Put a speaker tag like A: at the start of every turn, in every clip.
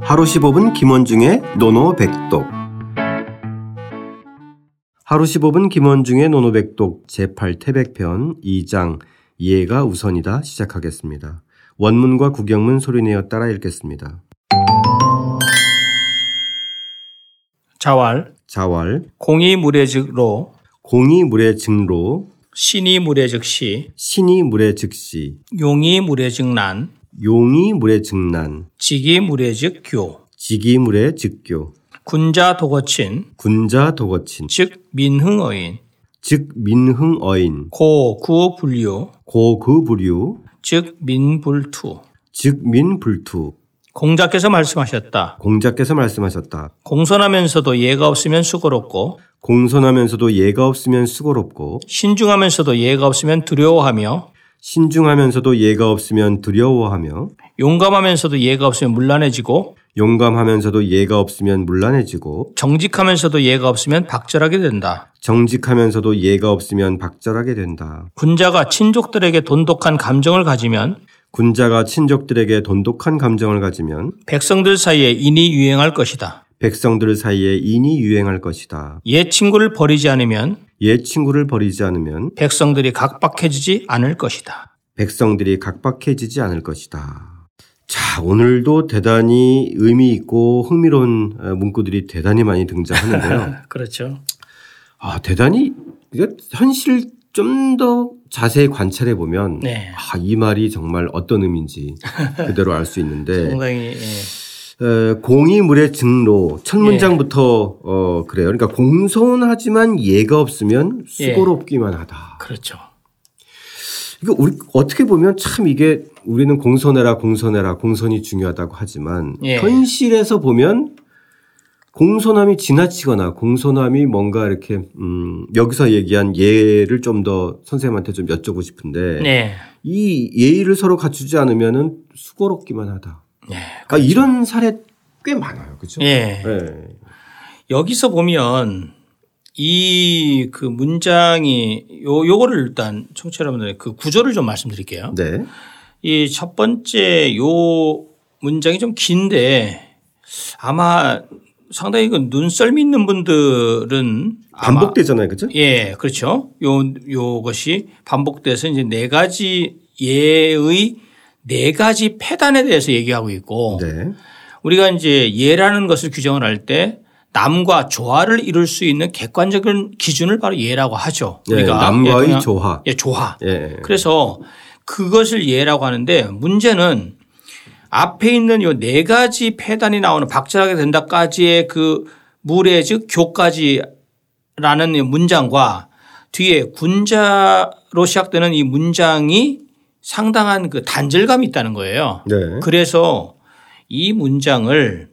A: 하루 15분 김원중의 노노백독 하루 15분 김원중의 노노백독 제8태백편 2장 이해가 우선이다 시작하겠습니다. 원문과 구경문 소리내어 따라 읽겠습니다.
B: 자왈
A: 자왈
B: 공이 물에 즉로
A: 공이 물에 증로
B: 신이 물에 즉시
A: 신이 물에 즉시
B: 용이 물에 즉난
A: 용이 물에 증난
B: 직이 물에 즉교
A: 직이 물에 즉교
B: 군자 도거친
A: 군자 도거친
B: 즉 민흥어인
A: 즉 민흥어인
B: 고구 분류
A: 고그부류
B: 즉 민불투
A: 즉 민불투
B: 공자께서 말씀하셨다.
A: 공자께서 말씀하셨다.
B: 공손하면서도 예가 없으면 수고롭고
A: 공손하면서도 예가 없으면 수고롭고
B: 신중하면서도 예가 없으면 두려워하며
A: 신중하면서도 예가 없으면 두려워하며
B: 용감하면서도 예가 없으면 문란해지고
A: 용감하면서도 예가 없으면 문란해지고
B: 정직하면서도 예가 없으면 박절하게 된다.
A: 정직하면서도 예가 없으면 박절하게 된다.
B: 군자가 친족들에게 돈독한 감정을 가지면
A: 군자가 친족들에게 돈독한 감정을 가지면
B: 백성들 사이에 인이 유행할 것이다.
A: 백성들 사이에 인이 유행할 것이다.
B: 옛 친구를 버리지 않으면
A: 옛 친구를 버리지 않으면
B: 백성들이 각박해지지 않을 것이다.
A: 백성들이 각박해지지 않을 것이다. 자, 오늘도 대단히 의미 있고 흥미로운 어, 문구들이 대단히 많이 등장하는데요.
B: 그렇죠.
A: 아, 대단히 이게 현실 좀 더 자세히 관찰해 보면
B: 네.
A: 아, 이 말이 정말 어떤 의미인지 그대로 알 수
B: 네.
A: 있는데
B: 상당히
A: 에, 공이 물의 증로 첫
B: 예.
A: 문장부터 어, 그래요. 그러니까 공손하지만 예가 없으면
B: 예.
A: 수고롭기만 하다.
B: 그렇죠.
A: 이거 우리 어떻게 보면 참 이게 우리는 공손해라 공손해라 공손이 중요하다고 하지만
B: 예.
A: 현실에서 보면 공손함이 지나치거나 공손함이 뭔가 이렇게 음 여기서 얘기한 예를 좀 더 선생님한테 좀 여쭤보고 싶은데
B: 네.
A: 이 예의를 서로 갖추지 않으면은 수고롭기만 하다.
B: 네.
A: 아, 이런 사례 꽤 많아요, 그렇죠?
B: 예. 여기서 보면 이 그 문장이 요 요거를 일단 청취자 여러분들 그 구조를 좀 말씀드릴게요.
A: 네,
B: 이 첫 번째 요 문장이 좀 긴데 아마 상당히 그 눈썰미 있는 분들은 아마
A: 반복되잖아요, 그렇죠?
B: 예, 그렇죠. 요 요것이 반복돼서 이제 네 가지 예의 네 가지 패단에 대해서 얘기하고 있고
A: 네,
B: 우리가 이제 예라는 것을 규정을 할 때 남과 조화를 이룰 수 있는 객관적인 기준을 바로 예라고 하죠.
A: 예,
B: 우리가
A: 남과의
B: 예, 그냥-
A: 조화.
B: 예, 조화.
A: 예,
B: 그래서 그것을 예라고 하는데 문제는 앞에 있는 요 네 가지 패단이 나오는 박절하게 된다까지의 그 물의 즉 교까지라는 이 문장과 뒤에 군자로 시작되는 이 문장이 상당한 그 단절감이 있다는 거예요.
A: 네,
B: 그래서 이 문장을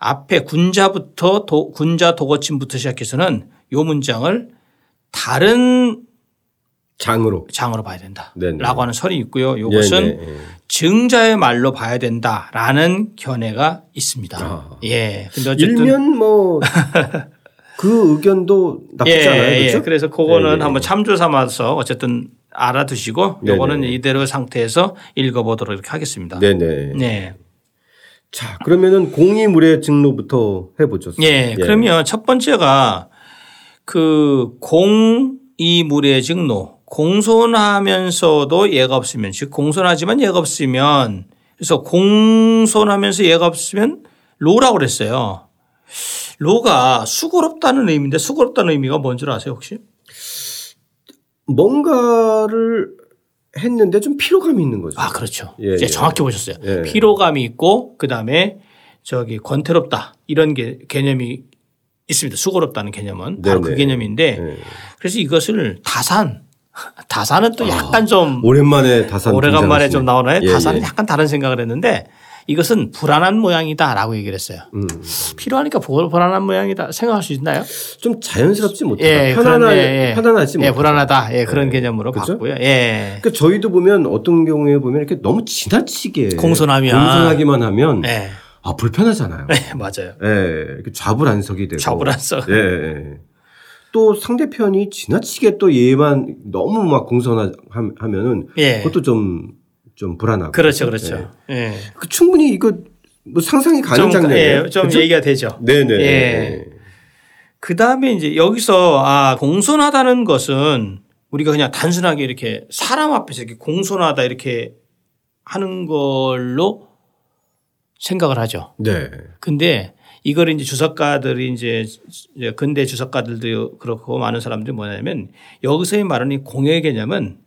B: 앞에 군자부터 도- 군자 도거침부터 시작해서는 요 문장을 다른
A: 장으로.
B: 장으로 봐야 된다라고
A: 네네.
B: 하는 설이 있고요. 이것은
A: 예, 예, 예.
B: 증자의 말로 봐야 된다라는 견해가 있습니다.
A: 아.
B: 예. 근데 어쨌든
A: 일면 뭐 그 의견도 나쁘지
B: 예,
A: 않아요,
B: 예.
A: 그렇죠?
B: 그래서 그거는
A: 예, 예.
B: 한번 참조 삼아서 어쨌든 알아두시고
A: 네네.
B: 요거는 이대로 상태에서 읽어보도록 이렇게 하겠습니다.
A: 네네.
B: 네.
A: 자 그러면은 공이 물의 증로부터 해보죠.
B: 예, 그러면 첫 번째가 그 공이 물의 증로 공손하면서도 예가 없으면 즉 공손하지만 예가 없으면 그래서 공손하면서 예가 없으면 로라고 그랬어요. 로가 수고롭다는 의미인데 수고롭다는 의미가 뭔 줄 아세요 혹시?
A: 뭔가를 했는데 좀 피로감이 있는 거죠.
B: 아 그렇죠.
A: 예,
B: 이제
A: 예.
B: 정확히 보셨어요.
A: 예.
B: 피로감이 있고 그 다음에 저기 권태롭다 이런 게 개념이 있습니다. 수고롭다는 개념은 바로
A: 네네.
B: 그 개념인데
A: 예.
B: 그래서 이것을 다산. 다산은 또 약간 좀
A: 아, 오랜만에 다산
B: 오래간만에
A: 등장하시네.
B: 좀 나오나요?
A: 예,
B: 다산은
A: 예.
B: 약간 다른 생각을 했는데 이것은 불안한 모양이다라고 얘기를 했어요.
A: 음.
B: 필요하니까 보- 불안한 모양이다 생각할 수 있나요?
A: 좀 자연스럽지 못하다.
B: 예,
A: 편안하,
B: 그런데, 예.
A: 편안하지
B: 예,
A: 못하다.
B: 불안하다. 예, 그런
A: 예.
B: 개념으로
A: 뭐. 그죠?
B: 봤고요. 예.
A: 그러니까 저희도 보면 어떤 경우에 보면 이렇게 너무 지나치게
B: 공손하면.
A: 공손하기만 하면
B: 예.
A: 아 불편하잖아요.
B: 예, 맞아요.
A: 예, 이렇게 좌불안석이 되고
B: 좌불안석.
A: 예, 예. 또 상대편이 지나치게 또 얘만 너무 막 공손하면은
B: 예.
A: 네. 그것도 좀 좀 불안하고
B: 그렇죠. 그렇죠. 예.
A: 그 충분히 이거 뭐 상상이 네. 가는
B: 좀,
A: 장면이에요.
B: 예, 좀
A: 그쵸?
B: 얘기가 되죠.
A: 네네.
B: 예. 그 다음에 이제 여기서 아, 공손하다는 것은 우리가 그냥 단순하게 이렇게 사람 앞에서 이렇게 공손하다 이렇게 하는 걸로 생각을 하죠.
A: 네.
B: 근데 이걸 이제 주석가들이 이제 이제 근대 주석가들도 그렇고 많은 사람들이 뭐냐면 여기서의 말은 이 공의 개념은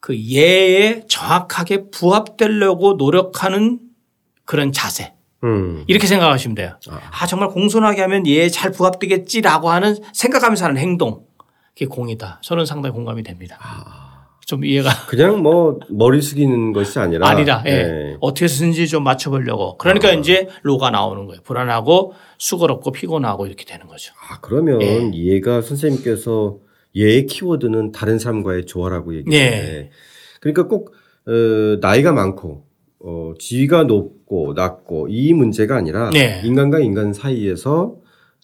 B: 그 예에 정확하게 부합되려고 노력하는 그런 자세.
A: 음.
B: 이렇게 생각하시면 돼요. 아, 정말 공손하게 하면 얘 잘 부합되겠지라고 하는 생각하면서 하는 행동. 그게 공이다. 저는 상당히 공감이 됩니다. 좀 이해가
A: 그냥 뭐 머리 숙이는 것이 아니라
B: 아. 아니라 예.
A: 네.
B: 어떻게 쓰는지 좀 맞춰보려고. 그러니까 이제 로가 나오는 거예요. 불안하고 수고롭고 피곤하고 이렇게 되는 거죠.
A: 아, 그러면
B: 예.
A: 얘가 선생님께서 얘의 키워드는 다른 사람과의 조화라고
B: 네.
A: 얘기해. 그러니까 꼭 어, 나이가 많고 어, 지위가 높고 낮고 이 문제가 아니라
B: 네.
A: 인간과 인간 사이에서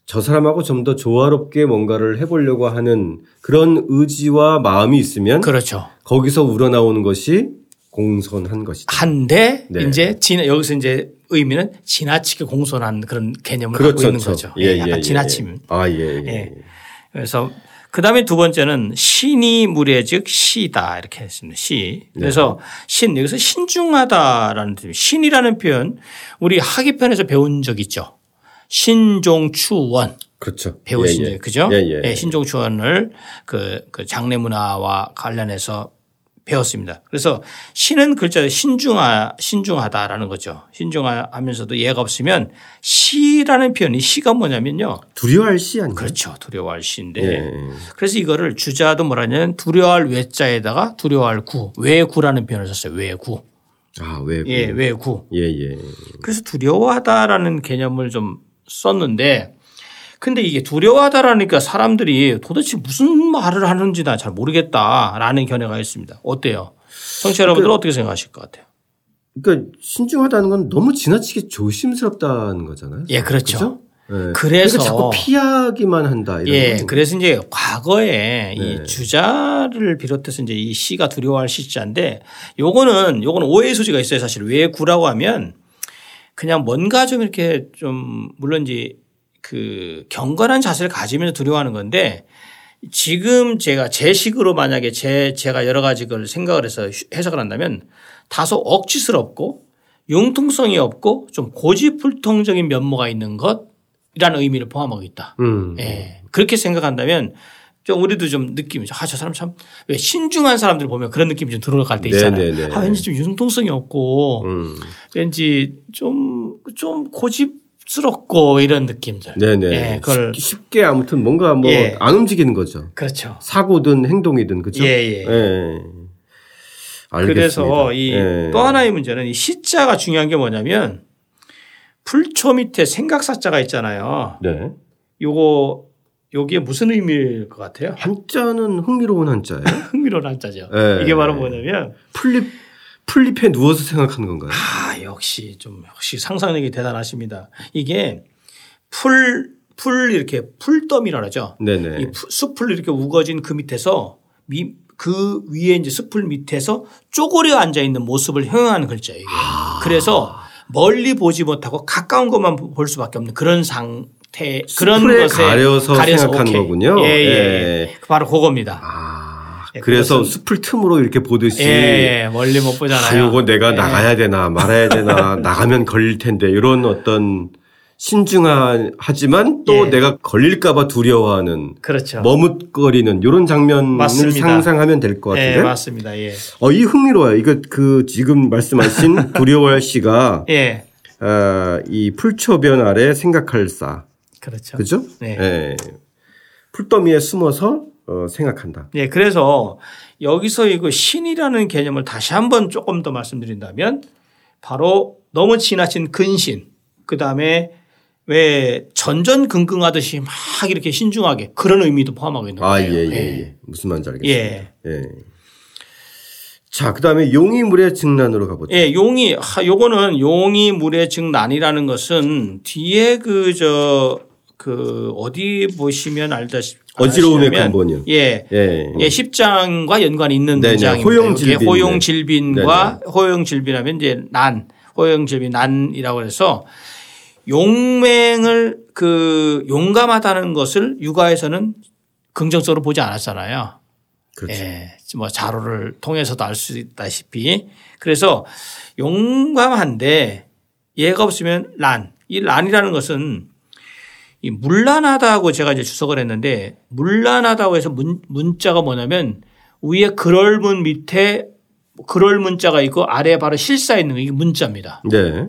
A: 저 사람하고 좀 더 조화롭게 뭔가를 해보려고 하는 그런 의지와 마음이 있으면
B: 그렇죠.
A: 거기서 우러나오는 것이 공손한 것이다.
B: 한데
A: 네.
B: 이제 지나- 여기서 이제 의미는 지나치게 아, 공손한 그렇죠, 그런 개념을 갖고 있는 거죠.
A: 예, 예,
B: 약간
A: 예,
B: 지나침.
A: 예. 아, 예, 예.
B: 예. 그래서 그 다음에 두 번째는 신이 무례 즉 시다 이렇게 했습니다. 시. 그래서
A: 네.
B: 신 여기서 신중하다라는 뜻입니다. 신이라는 표현 우리 하기편에서 배운 적 있죠. 신종추원
A: 그렇죠.
B: 배우신
A: 예,
B: 적
A: 예.
B: 그죠?
A: 예, 예.
B: 예, 신종추원을 그, 그 장례 문화와 관련해서 배웠습니다. 그래서 신은 글자로 신중하 신중하다라는 거죠. 신중하면서도 예가 없으면 시라는 표현이 시가 뭐냐면요.
A: 두려워할 시 아니에요?
B: 그렇죠. 두려워할 시인데
A: 예, 예.
B: 그래서 이거를 주자도 뭐라냐면 두려워할 외자에다가 두려워할 구 외구라는 표현을 썼어요. 외구.
A: 아, 왜?
B: 예, 외구.
A: 예, 예.
B: 그래서 두려워하다라는 개념을 좀 썼는데 근데 이게 두려워하다라니까 사람들이 도대체 무슨 말을 하는지 나 잘 모르겠다라는 견해가 있습니다. 어때요? 청취자 여러분들은 어떻게 생각하실 것 같아요?
A: 그러니까 신중하다는 건 너무 지나치게 조심스럽다는 거잖아요.
B: 예, 그렇죠.
A: 그죠? 예. 그러니까
B: 그래서-
A: 자꾸 피하기만 한다. 이런
B: 예,
A: 거죠.
B: 그래서 이제 과거에
A: 네.
B: 이 주자를 비롯해서 이제 이 시가 두려워할 시자인데 요거는 요거는 오해의 소지가 있어요. 사실 왜 구라고 하면 그냥 뭔가 좀 이렇게 좀 물론 이제 그 경건한 자세를 가지면서 두려워하는 건데 지금 제가 제 식으로 만약에 제 제가 여러 가지 걸 생각을 해서 해석을 한다면 다소 억지스럽고 융통성이 없고 좀 고지불통적인 면모가 있는 것이라는 의미를 포함하고 있다.
A: 음.
B: 예. 그렇게 생각한다면 좀 우리도 좀 느낌이 아, 저 사람 참 왜 신중한 사람들 보면 그런 느낌이 좀 들어갈 때 있잖아요.
A: 네네네.
B: 아, 왠지 좀 융통성이 없고
A: 음.
B: 왠지 좀, 좀 고집스럽고 이런 느낌들.
A: 네네.
B: 예, 그걸.
A: 쉽- 쉽게 아무튼 뭔가 뭐 안
B: 예.
A: 움직이는 거죠.
B: 그렇죠.
A: 사고든 행동이든 그죠? 네,
B: 예, 예.
A: 그렇죠? 알겠습니다.
B: 그래서 이
A: 예.
B: 또 하나의 문제는 이 시자가 중요한 게 뭐냐면 불초 밑에 생각사자가 있잖아요.
A: 네.
B: 요거 요게 무슨 의미일 것 같아요?
A: 한자는 흥미로운 한자예요.
B: 흥미로운 한자죠.
A: 예.
B: 이게 바로 뭐냐면
A: 풀립 풀립에 누워서 생각하는 건가요?
B: 아, 역시 좀 역시 상상력이 대단하십니다. 이게 풀, 풀 이렇게 풀더미라 그러죠.
A: 네네.
B: 이 푸- 숲을 이렇게 우거진 그 밑에서 미- 그 위에 이제 숲을 밑에서 쪼그려 앉아 있는 모습을 형용하는 글자예요. 이게.
A: 아.
B: 그래서 멀리 보지 못하고 가까운 것만 볼 수밖에 없는 그런 상태 그런
A: 풀에
B: 것에
A: 가려서 생각하는
B: 오케이.
A: 거군요.
B: 예, 예.
A: 예.
B: 바로 그겁니다.
A: 아,
B: 예,
A: 그래서
B: 그것은-
A: 숲을 틈으로 이렇게 보듯이
B: 예, 예. 멀리 못
A: 아,
B: 보잖아요. 예.
A: 요거 내가 나가야 되나 말아야 되나 나가면 걸릴 텐데 이런 어떤 신중한 하지만 또
B: 예.
A: 내가 걸릴까봐 두려워하는
B: 그렇죠.
A: 머뭇거리는 이런 장면을
B: 맞습니다.
A: 상상하면 될 것
B: 예,
A: 같은데.
B: 맞습니다. 예.
A: 어, 이 흥미로워요. 이거 그 지금 말씀하신 두려워할 씨가
B: 예.
A: 어, 이 풀초변 아래 생각할 사.
B: 그렇죠.
A: 그죠?
B: 네.
A: 예. 풀더미에 숨어서 어, 생각한다.
B: 예, 그래서 여기서 이거 신이라는 개념을 다시 한번 조금 더 말씀드린다면 바로 너무 지나친 근신, 그 다음에 왜 전전긍긍하듯이 막 이렇게 신중하게 그런 의미도 포함하고 있는
A: 아, 예,
B: 네, 거예요.
A: 예, 예. 무슨 말인지
B: 예.
A: 알겠어요.
B: 예.
A: 예. 자, 그 다음에 용이 물의 증란으로 가보죠.
B: 예, 용이 하, 요거는 용이 물의 증난이라는 것은 뒤에 그 저 그 어디 보시면 알다시피
A: 어지러움의
B: 아시냐면
A: 근본이요.
B: 예,
A: 예.
B: 예, 10장과 연관이 있는
A: 네네. 네,
B: 문장입니다.
A: 호용질빈.
B: 호용질빈과 호용질빈하면 이제 난, 호영제비 난이라고 해서 용맹을 그 용감하다는 것을 육아에서는 긍정적으로 보지 않았잖아요.
A: 그렇죠.
B: 예. 뭐 자료를 통해서도 알 수 있다시피 그래서 용감한데 얘가 없으면 란. 이 란이라는 것은 이 문란하다고 제가 이제 주석을 했는데 문란하다고 해서 문, 문자가 뭐냐면 위에 그럴 문 밑에 그럴 문자가 있고 아래에 바로 실사 있는 거 이게 문자입니다.
A: 네.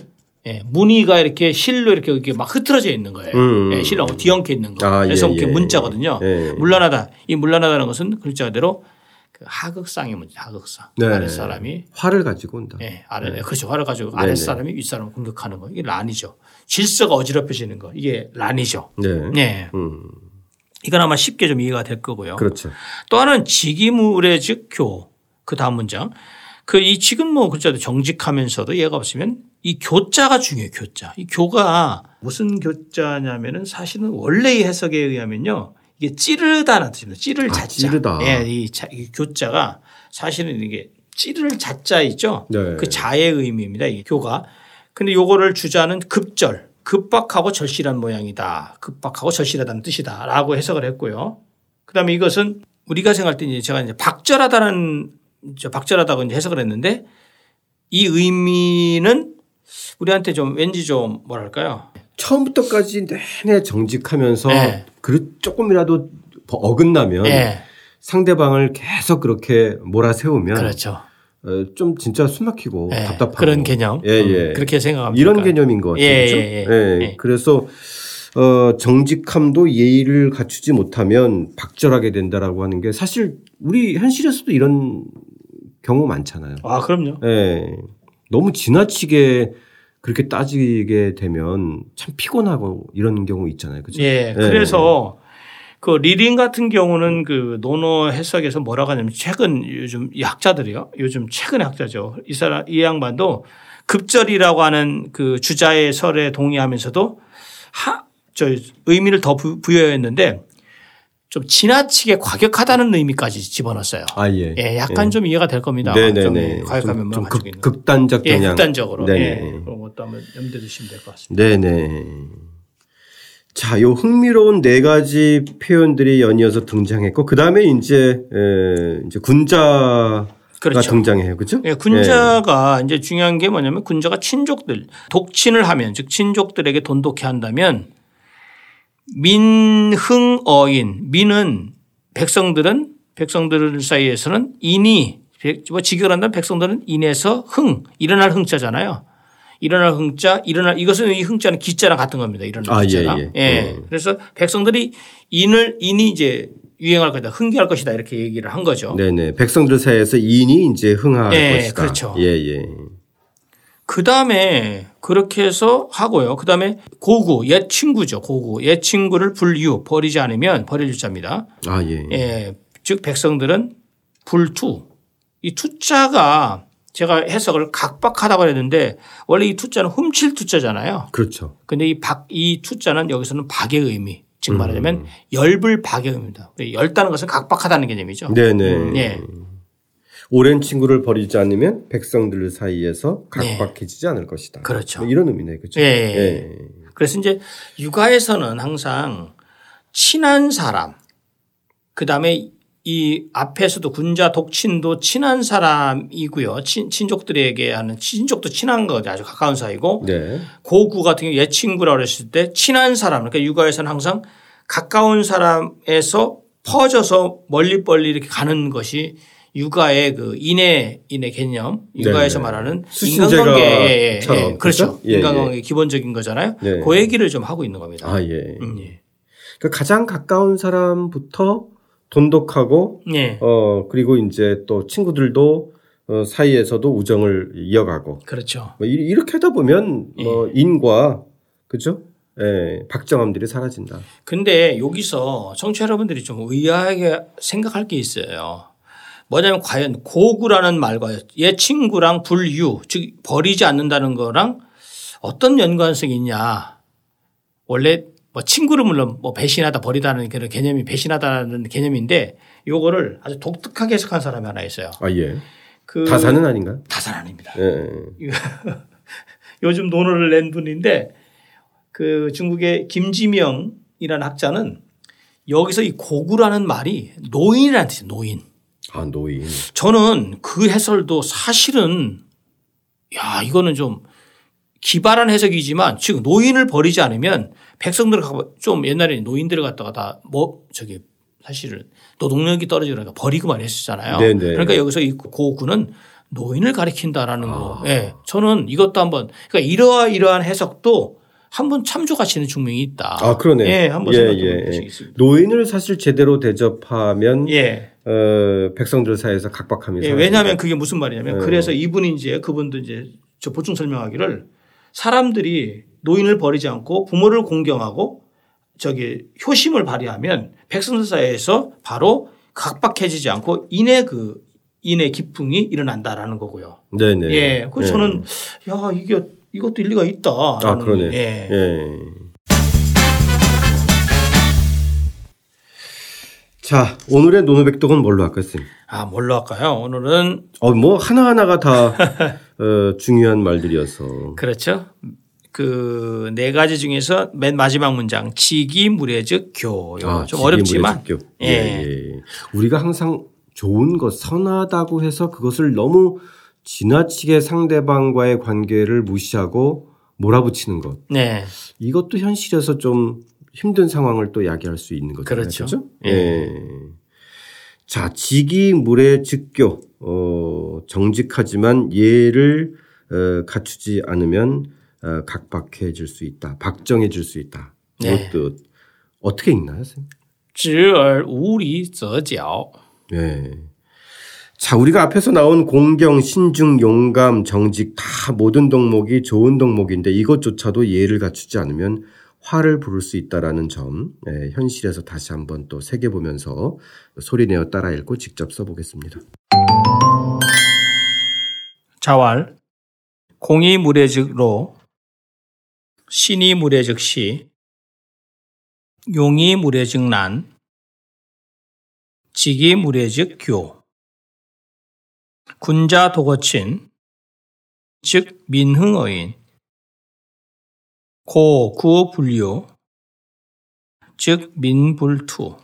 B: 예, 무늬가 이렇게 실로 이렇게, 이렇게 막 흐트러져 있는 거예요.
A: 음.
B: 예, 실하고 뒤엉켜 있는 거.
A: 아, 예,
B: 그래서 이렇게
A: 예,
B: 문자거든요.
A: 예, 예.
B: 물란하다. 이 물란하다는 것은 글자 그대로 그 하극상의 문제, 하극상.
A: 네.
B: 아랫사람이
A: 화를 가지고 온다.
B: 예, 아래 그렇죠. 화를 가지고
A: 네,
B: 아랫사람이 윗사람을 공격하는 거. 이게 란이죠. 질서가 어지럽혀지는 거. 이게 란이죠.
A: 네.
B: 예.
A: 음.
B: 이건 아마 쉽게 좀 이해가 될 거고요.
A: 그렇죠.
B: 또 하나는 직위무례 즉 교. 그 다음 문장. 그 이 지금 뭐 글자도 정직하면서도 얘가 없으면 이 교자가 중요해요. 교자. 이 교가 무슨 교자냐면은 사실은 원래의 해석에 의하면요. 이게 찌르다는 뜻입니다. 찌를
A: 아,
B: 자자.
A: 찌르다.
B: 예, 이, 자, 이 교자가 사실은 이게 찌를 자자 있죠.
A: 네.
B: 그 자의 의미입니다. 이 교가. 근데 요거를 주자는 급절, 급박하고 절실한 모양이다. 급박하고 절실하다는 뜻이다라고 해석을 했고요. 그다음에 이것은 우리가 생각할 때 이제 제가 이제 박절하다는 저 박절하다고 이제 해석을 했는데 이 의미는 우리한테 좀 왠지 좀 뭐랄까요?
A: 처음부터까지 내내 정직하면서
B: 네.
A: 그 조금이라도 더 어긋나면
B: 예,
A: 상대방을 계속 그렇게 몰아세우면
B: 그렇죠.
A: 어, 좀 진짜 숨막히고
B: 예,
A: 뭐 답답하고
B: 그런 개념.
A: 예, 예.
B: 음, 그렇게 생각합니다.
A: 이런 개념인 것 같아요.
B: 예,
A: 그죠?
B: 예, 예. 예.
A: 그래서 어, 정직함도 예의를 갖추지 못하면 박절하게 된다라고 하는 게 사실 우리 현실에서도 이런 경우 많잖아요.
B: 아, 그럼요.
A: 예. 너무 지나치게 그렇게 따지게 되면 참 피곤하고 이런 경우 있잖아요. 그죠?
B: 예. 그래서 그 리링 같은 경우는 그 논어 해석에서 뭐라고 하냐면 최근 요즘 이 학자들이요. 요즘 최근 학자죠. 이 사람 이 양반도 급절이라고 하는 그 주자의 설에 동의하면서도 하 저 의미를 더 부- 부여했는데 좀 지나치게 과격하다는 의미까지 집어넣었어요.
A: 아, 예.
B: 예, 약간 좀 이해가 될 겁니다. 좀
A: 네네네.
B: 예, 과격하면
A: 좀, 좀
B: 가지고
A: 극,
B: 있는.
A: 극단적
B: 예,
A: 경향.
B: 극단적으로
A: 네네.
B: 예, 그런 것도 한번 염두에 두시면 될 것 같습니다.
A: 네네. 자, 요 흥미로운 네 가지 표현들이 연이어서 등장했고 그 다음에 이제 에, 이제 군자가
B: 그렇죠.
A: 등장해요, 그렇죠?
B: 예, 군자가 이제 중요한 게 뭐냐면 군자가 친족들 독친을 하면 즉 친족들에게 돈독해 한다면 민흥어인 민은 백성들은 백성들 사이에서는 인이 백- 뭐 직역한다면 백성들은 인에서 흥 일어날 흥자잖아요. 일어날 흥자 일어날 이것은 이 흥자는 기자랑 같은 겁니다. 일어날
A: 아, 예,
B: 기자랑.
A: 예.
B: 예. 그래서 백성들이 인을 인이 이제 유행할 것이다. 흥기할 것이다. 이렇게 얘기를 한 거죠.
A: 네네. 백성들 사이에서 인이 이제 흥할
B: 예,
A: 것이다.
B: 그렇죠.
A: 예, 예.
B: 그 다음에 그렇게 해서 하고요. 그 다음에 고구, 옛 친구죠. 고구. 옛 친구를 불유, 버리지 않으면 버릴 자입니다.
A: 아, 예.
B: 예. 즉, 백성들은 불투. 이 투자가 제가 해석을 각박하다고 그랬는데 원래 이 투자는 훔칠 투자잖아요.
A: 그렇죠.
B: 근데 이 박, 이 투자는 여기서는 박의 의미. 즉 말하자면 열불 박의 의미입니다. 열다는 것은 각박하다는 개념이죠.
A: 네네.
B: 예.
A: 오랜 친구를 버리지 않으면 백성들 사이에서 각박해지지 않을 것이다.
B: 네. 그렇죠.
A: 뭐 이런 의미네, 그렇죠?
B: 예, 예, 예. 그래서 이제 육아에서는 항상 친한 사람, 그 다음에 이 앞에서도 군자 독친도 친한 사람이고요. 친, 친족들에게 하는 친족도 친한 거죠. 아주 가까운 사이고
A: 네.
B: 고구 같은 경우 옛 친구라고 그랬을 때 친한 사람 그러니까 육아에서는 항상 가까운 사람에서 퍼져서 멀리 멀리 이렇게 가는 것이 육아의 그 인해 인의 개념 육아에서
A: 네, 네.
B: 말하는
A: 수신제가
B: 인간관계 예, 예,
A: 처럼,
B: 예. 그렇죠
A: 그렇죠? 예,
B: 인간관계 의 기본적인 거잖아요
A: 네.
B: 그 얘기를 좀 하고 있는 겁니다
A: 아, 예.
B: 음, 예.
A: 그러니까 가장 가까운 사람부터 돈독하고
B: 예.
A: 어 그리고 이제 또 친구들도 어, 사이에서도 우정을 이어가고
B: 그렇죠
A: 뭐 이- 이렇게 하다 보면
B: 예.
A: 뭐 인과 그죠? 예, 박정함들이 사라진다.
B: 근데 여기서 청취자 여러분들이 좀 의아하게 생각할 게 있어요. 뭐냐면 과연 고구라는 말과 옛 친구랑 불유, 즉 버리지 않는다는 거랑 어떤 연관성이 있냐. 원래 뭐 친구를 물론 뭐 배신하다 버리다는 그런 개념이 배신하다는 개념인데 요거를 아주 독특하게 해석한 사람이 하나 있어요.
A: 아 예.
B: 그
A: 다사는 아닌가요?
B: 다산 아닙니다.
A: 예.
B: 요즘 논어를 낸 분인데 그 중국의 김지명이라는 학자는 여기서 이 고구라는 말이 노인이라는 뜻이에요. 노인.
A: 아, 노인.
B: 저는 그 해설도 사실은 야, 이거는 좀 기발한 해석이지만 즉 노인을 버리지 않으면 백성들 좀 옛날에 노인들을 갖다가 다 뭐 저기 사실은 노동력이 떨어지니까 버리고 만 했었잖아요.
A: 네네.
B: 그러니까 여기서 이 고구는 노인을 가리킨다라는 거.
A: 아.
B: 예. 저는 이것도 한번 그러니까 이러한 이러한 해석도 한번 참조 가치는 증명이 있다.
A: 아, 그러네요.
B: 예, 한번
A: 예,
B: 생각해
A: 예,
B: 보는
A: 예.
B: 것이 있습니다.
A: 노인을 사실 제대로 대접하면
B: 예.
A: 어, 백성들 사이에서 각박함이
B: 예,
A: 사라집니다.
B: 왜냐하면 그게 무슨 말이냐면
A: 예.
B: 그래서 이분이 이제 그분도 이제 저 보충 설명하기를 사람들이 노인을 버리지 않고 부모를 공경하고 저기 효심을 발휘하면 백성들 사이에서 바로 각박해지지 않고 인의 그 인의 기풍이 일어난다라는 거고요.
A: 네네.
B: 예. 그래서
A: 예.
B: 저는 야, 이게 이것도 일리가 있다.
A: 아 그러네.
B: 예.
A: 예. 자 오늘의 노노백독은 뭘로 할까요, 쌤?
B: 아, 뭘로 할까요? 오늘은
A: 어뭐 하나 하나가 다 어, 중요한 말들이어서
B: 그렇죠. 그 네 가지 중에서 맨 마지막 문장 지기 무례즉 교. 요거 그렇죠. 좀
A: 아, 지리물의
B: 어렵지만
A: 집교.
B: 예.
A: 예. 예. 우리가 항상 좋은 것 선하다고 해서 그것을 너무 지나치게 상대방과의 관계를 무시하고 몰아붙이는 것
B: 네.
A: 이것도 현실에서 좀 힘든 상황을 또 야기할 수 있는 거죠.
B: 그렇죠.
A: 예. 자, 직이 물의 즉교. 어, 정직하지만 예를 어, 갖추지 않으면 어, 각박해질 수 있다. 박정해질 수 있다.
B: 네.
A: 이것도 어떻게 읽나요, 선생님?
B: 直而无礼则矫。
A: 예. 자, 우리가 앞에서 나온 공경, 신중, 용감, 정직 다 모든 덕목이 좋은 덕목인데 이것조차도 예를 갖추지 않으면 화를 부를 수 있다라는 점, 예, 현실에서 다시 한번 또 새겨보면서 소리내어 따라 읽고 직접 써보겠습니다.
B: 자왈 공이 무례즉로 신이 무례즉시 용이 무례즉난 직이 무례즉교 군자 도거친 즉 민흥어인 고구 불류 즉 민불투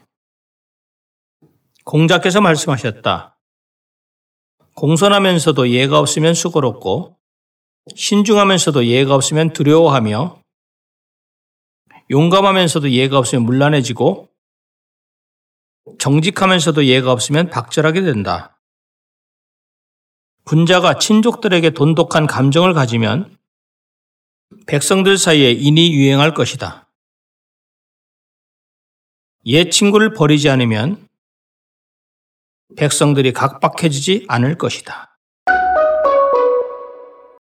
B: 공자께서 말씀하셨다. 공손하면서도 예가 없으면 수고롭고 신중하면서도 예가 없으면 두려워하며 용감하면서도 예가 없으면 문란해지고 정직하면서도 예가 없으면 박절하게 된다. 군자가 친족들에게 돈독한 감정을 가지면 백성들 사이에 인이 유행할 것이다. 옛 친구를 버리지 않으면 백성들이 각박해지지 않을 것이다.